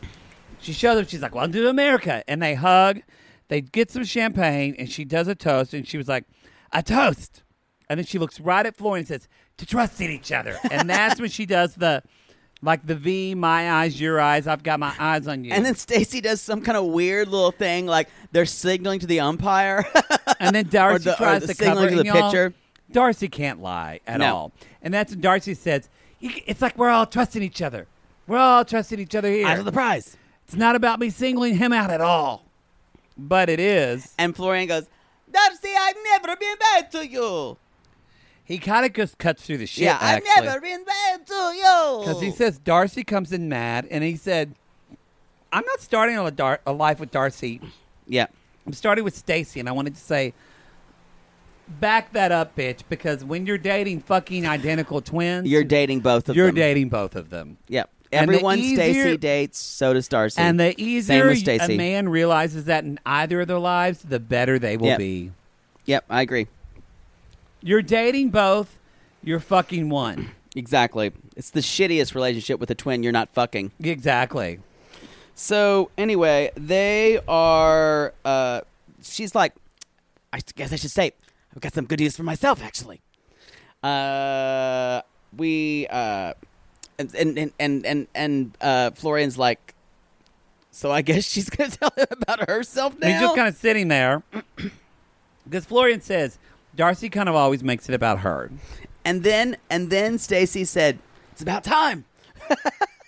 S2: she shows up. She's like, "Well, I'll do America," and they hug. They get some champagne, and she does a toast. And she was like, "A toast," and then she looks right at Floyd and says, "To trust in each other." And that's when she does the, like the V, my eyes, your eyes. I've got my eyes on you.
S4: and then Stacy does some kind of weird little thing, like they're signaling to the umpire.
S2: and then Darcy
S4: Or the- or
S2: tries
S4: the
S2: to
S4: signaling
S2: cover it,
S4: to the
S2: and y'all,
S4: picture.
S2: Darcy can't lie at
S4: No.
S2: all, and that's when Darcy says, "You c- "It's like we're all trusting each other. We're all trusting each other here."
S4: Eyes on the prize.
S2: It's not about me singling him out at all, but it is.
S4: And Florian goes, Darcy, I've never been bad to you.
S2: He kind of just cuts through the shit.
S4: yeah, I've
S2: actually,
S4: never been bad to you.
S2: because he says Darcy comes in mad, and he said, "I'm not starting a, dar- a life with Darcy.
S4: yeah,
S2: I'm starting with Stacy." And I wanted to say, back that up, bitch, because when you're dating fucking identical twins,
S4: you're dating both of
S2: you're
S4: them.
S2: dating both of them.
S4: Yep.
S2: And the
S4: Everyone
S2: easier-
S4: Stacy dates, so does Darcy.
S2: And the
S4: Same
S2: easier
S4: with
S2: a
S4: Stacy.
S2: man realizes that in either of their lives, the better they will
S4: Yep.
S2: be.
S4: Yep, I agree.
S2: You're dating both. You're fucking one.
S4: Exactly. It's the shittiest relationship with a twin you're not fucking.
S2: Exactly.
S4: So anyway, they are. Uh, she's like, I guess I should say, I've got some good news for myself, actually. Uh, we uh, and and and and and, and uh, Florian's like, so I guess she's gonna tell him about herself now.
S2: He's just kind of sitting there because Florian says Darcy kind of always makes it about her.
S4: and then and then Stacy said, it's about time.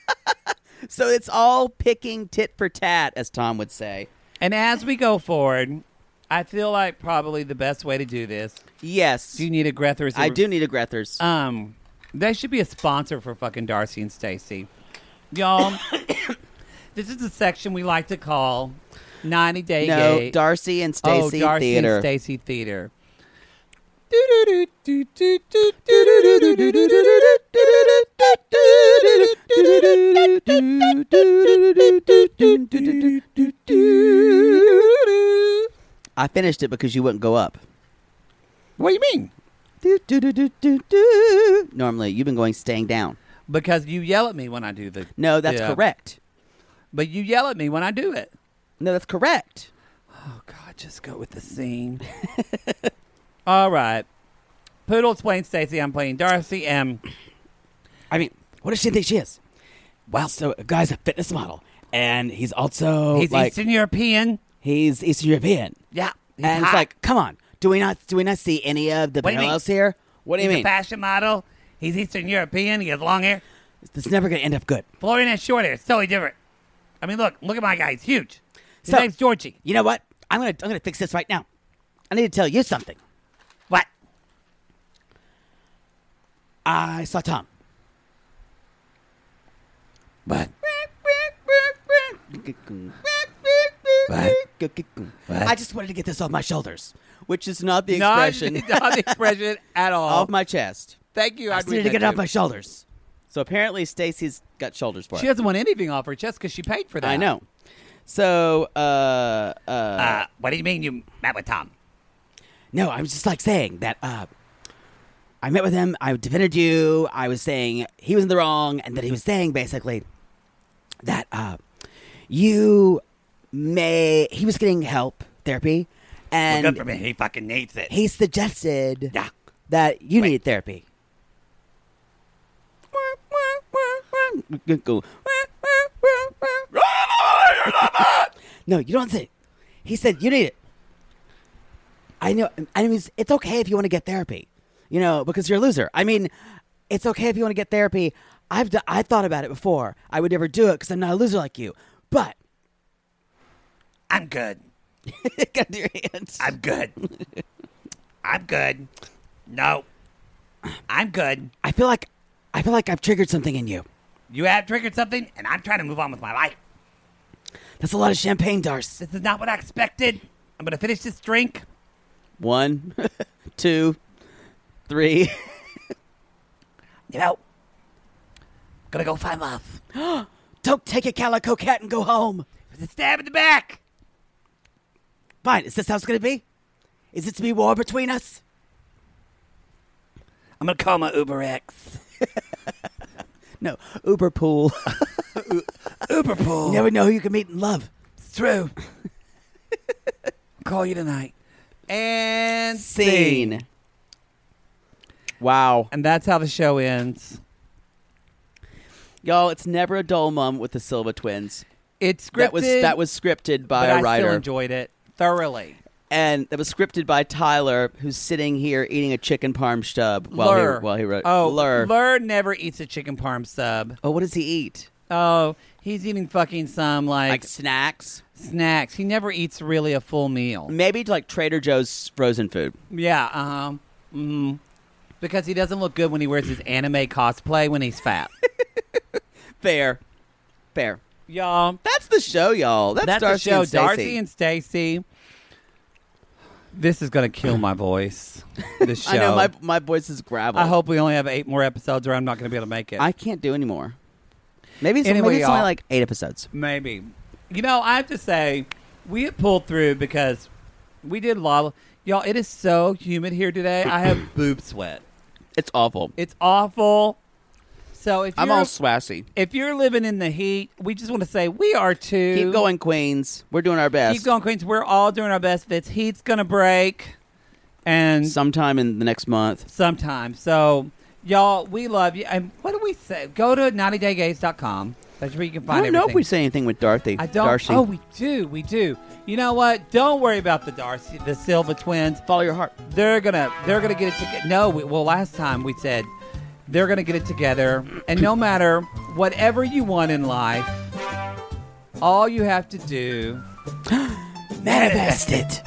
S4: so it's all picking tit for tat, as Tom would say.
S2: And as we go forward, I feel like probably the best way to do this.
S4: Yes,
S2: Do you need a Grethers?
S4: I do need a Grethers.
S2: Um, they should be a sponsor for fucking Darcy and Stacy, y'all. this is the section we like to call ninety day
S4: No,
S2: gay.
S4: Darcy and
S2: oh,
S4: Stacy
S2: Darcy
S4: Theater.
S2: and Stacy Theater.
S3: I finished it because you wouldn't go up.
S2: What do you mean?
S3: Normally, you've been going staying down.
S2: Because you yell at me when I do the.
S3: No, that's
S2: Yeah.
S3: correct.
S2: But you yell at me when I do it.
S3: No, that's correct.
S2: Oh God, just go with the scene. All right. Poodle's playing Stacy. I'm playing Darcy. And
S4: I mean, what does she think she is? Well, so a guy's a fitness model, and he's also
S2: he's
S4: Oh, like
S2: Eastern European.
S4: he's Eastern European,
S2: Yeah. he's
S4: and it's
S2: hot.
S4: like, come on,
S3: Do we not do we not see any of the
S2: What do you mean?
S3: parallels here?
S4: what do you
S2: he's
S4: mean?
S2: a fashion model. He's Eastern European. He has long hair.
S4: It's never gonna end up good.
S2: Florian has short hair. It's totally different. I mean, look, look at my guy. He's huge. His
S4: So-
S2: name's Georgie.
S4: You know what? I'm gonna I'm gonna fix this right now.
S3: I need to tell you something.
S2: What?
S4: I saw Tom. What? I just wanted to get this off my shoulders.
S3: Which is not the
S2: Not-
S3: expression
S2: Not, the expression at all.
S3: of my chest.
S2: Thank you.
S4: I
S2: I
S4: just needed to
S2: agree
S4: get it off
S2: with
S4: my shoulders.
S3: So apparently, Stacy's got shoulders for
S2: you.
S3: it.
S2: She doesn't want anything off her chest because she paid for that.
S3: I know. So, uh, uh,
S2: Uh, what do you mean you met with Tom?
S4: No, I was just like saying that uh, I met with him. I defended you. I was saying he was in the wrong, and that he was saying basically that uh, you may he was getting help therapy,
S14: Well,
S4: and
S14: good for me. He fucking needs it.
S4: he suggested
S14: Yeah.
S4: that you needed therapy. No, you don't say. He said you need it. I know. I mean, it's- it's okay if you want to get therapy, you know, because you're a loser. I mean, it's okay if you want to get therapy. I've d- I thought about it before. I would never do it because I'm not a loser like you. But
S14: I'm good.
S3: got your hands.
S14: I'm good. I'm good. No. I'm good.
S4: I feel like I feel like I've triggered something in you.
S14: You have triggered something, and I'm trying to move on with my life.
S4: That's a lot of champagne, Darce.
S14: This is not what I expected. I'm going to finish this drink.
S3: One, two, three.
S14: You know, going to go find love.
S4: Don't take a calico cat and go home.
S14: There's a stab in the back.
S4: Fine. Is this how it's going to be? Is it to be war between us?
S14: I'm going to call my Uber X.
S4: No, Uber pool.
S14: Uber pool.
S4: You never know who you can meet in love.
S14: It's true. call you tonight.
S2: And
S3: Scene. Wow.
S2: And that's how the show ends.
S3: Y'all, it's never a dull moment with the Silva twins.
S2: It's scripted.
S3: That was that was scripted by
S2: but
S3: a
S2: I
S3: writer.
S2: still enjoyed it thoroughly.
S3: and that was scripted by Tyler, who's sitting here eating a chicken parm stub while
S2: Lur.
S3: he while he wrote.
S2: Oh,
S3: Lur.
S2: Lur never eats a chicken parm sub.
S3: Oh, what does he eat?
S2: Oh, he's eating fucking some like,
S3: Like snacks?
S2: snacks. He never eats really a full meal.
S3: Maybe like Trader Joe's frozen food.
S2: Yeah, uh-huh. Mm. Because he doesn't look good when he wears his anime cosplay when he's fat.
S3: Fair, fair.
S2: Y'all,
S3: That's the show, y'all. That's,
S2: that's,
S3: Darcy
S2: the show.
S3: and Stacey.
S2: Darcy and Stacy. This is gonna kill my voice. This show.
S3: I know my my voice is gravel.
S2: I hope we only have eight more episodes, or I'm not gonna be able to make it.
S3: I can't do anymore. Maybe it's,
S2: Anyway,
S3: maybe it's only
S2: y'all.
S3: like eight episodes.
S2: Maybe. You know, I have to say, we have pulled through because we did lava. Y'all, it is so humid here today. I have boob sweat.
S3: It's awful.
S2: It's awful. So if
S3: I'm
S2: you're,
S3: all swassy.
S2: if you're living in the heat, we just want to say we are too.
S3: Keep going, Queens. We're doing our best.
S2: Keep going, Queens. We're all doing our best. This heat's gonna break, and
S3: Sometime in the next month.
S2: sometime. So, y'all, we love you. And what do we say? Go to 90daygays.com. That's where you can find
S3: I don't know if
S2: everything.
S3: we say anything with Dorothy.
S2: I don't.
S3: Darcy.
S2: Oh, we do. We do. You know what? Don't worry about the Darcy, the Silva twins.
S3: Follow your heart.
S2: They're gonna. They're gonna get it together. No. We, well, last time we said they're gonna get it together. And no matter whatever you want in life, all you have to do.
S4: Manifest it.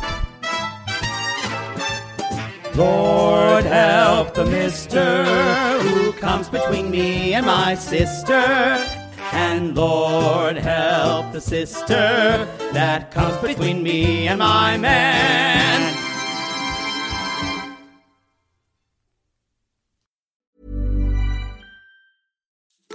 S3: Lord help the mister who comes between me and my sister. And Lord help the sister that comes between me and my man.